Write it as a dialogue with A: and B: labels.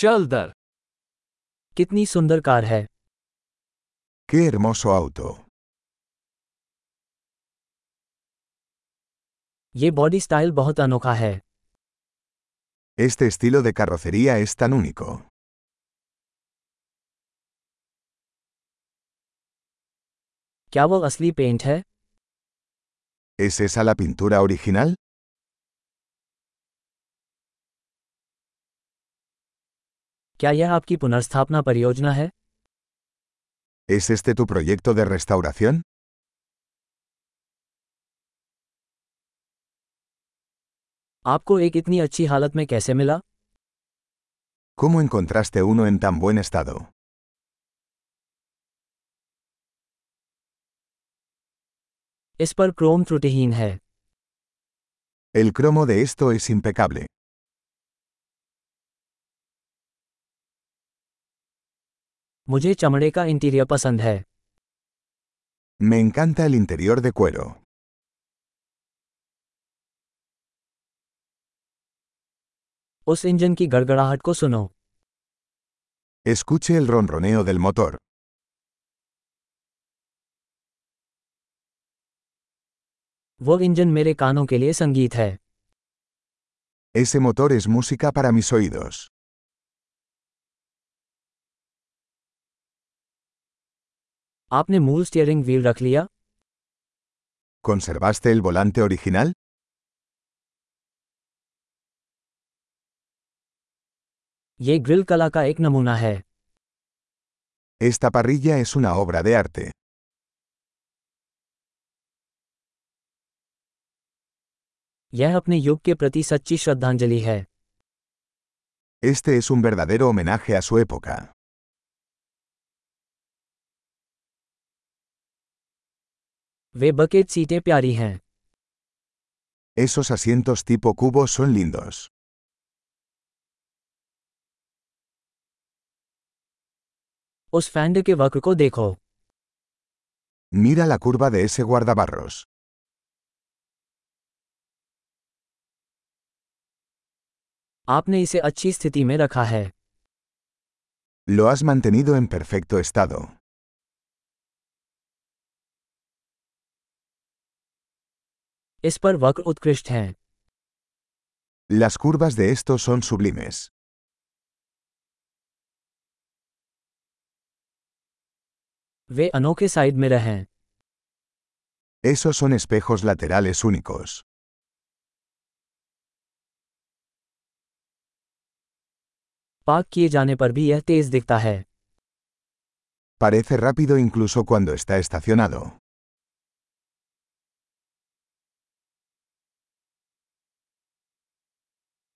A: चल दर
B: कितनी सुंदर कार है
C: ¡Qué hermoso auto!
B: ये बॉडी स्टाइल बहुत अनोखा है
C: Este estilo de carrocería es tan único.
B: क्या वो असली पेंट है
C: ¿Es esa la pintura original?
B: क्या यह आपकी पुनर्स्थापना परियोजना है
C: ¿Es este tu proyecto de restauración?
B: आपको एक इतनी अच्छी हालत में कैसे मिला
C: ¿Cómo encontraste uno en tan buen estado?
B: इस पर क्रोम त्रुटिहीन है
C: El cromo de esto es impecable.
B: मुझे चमड़े का इंटीरियर पसंद है
C: Me encanta el interior de cuero.
B: उस इंजन की गड़गड़ाहट को सुनो
C: Escuche el ronroneo del motor.
B: वो इंजन मेरे कानों के लिए संगीत है
C: Ese motor es música para mis oídos.
B: आपने मूल स्टीयरिंग व्हील रख लिया
C: ¿Conservaste el volante original?
B: ये ग्रिल कला का एक नमूना है
C: Esta parrilla es una obra de arte.
B: यह अपने युग के प्रति सच्ची श्रद्धांजलि है
C: Este es un verdadero homenaje a su época.
B: वे बकेट सीटें प्यारी हैं
C: Esos asientos tipo cubo son lindos.
B: उस फैंड के वक्र को देखो
C: Mira la curva de ese guardabarros.
B: आपने इसे अच्छी स्थिति में रखा है
C: Lo has mantenido en perfecto estado.
B: इस पर वक्र उत्कृष्ट हैं
C: Las curvas de estos son sublimes.
B: वे अनोखे साइड मिरर हैं
C: Esos son espejos laterales únicos.
B: Park किए जाने पर भी यह तेज दिखता है
C: Parece rápido incluso cuando está estacionado.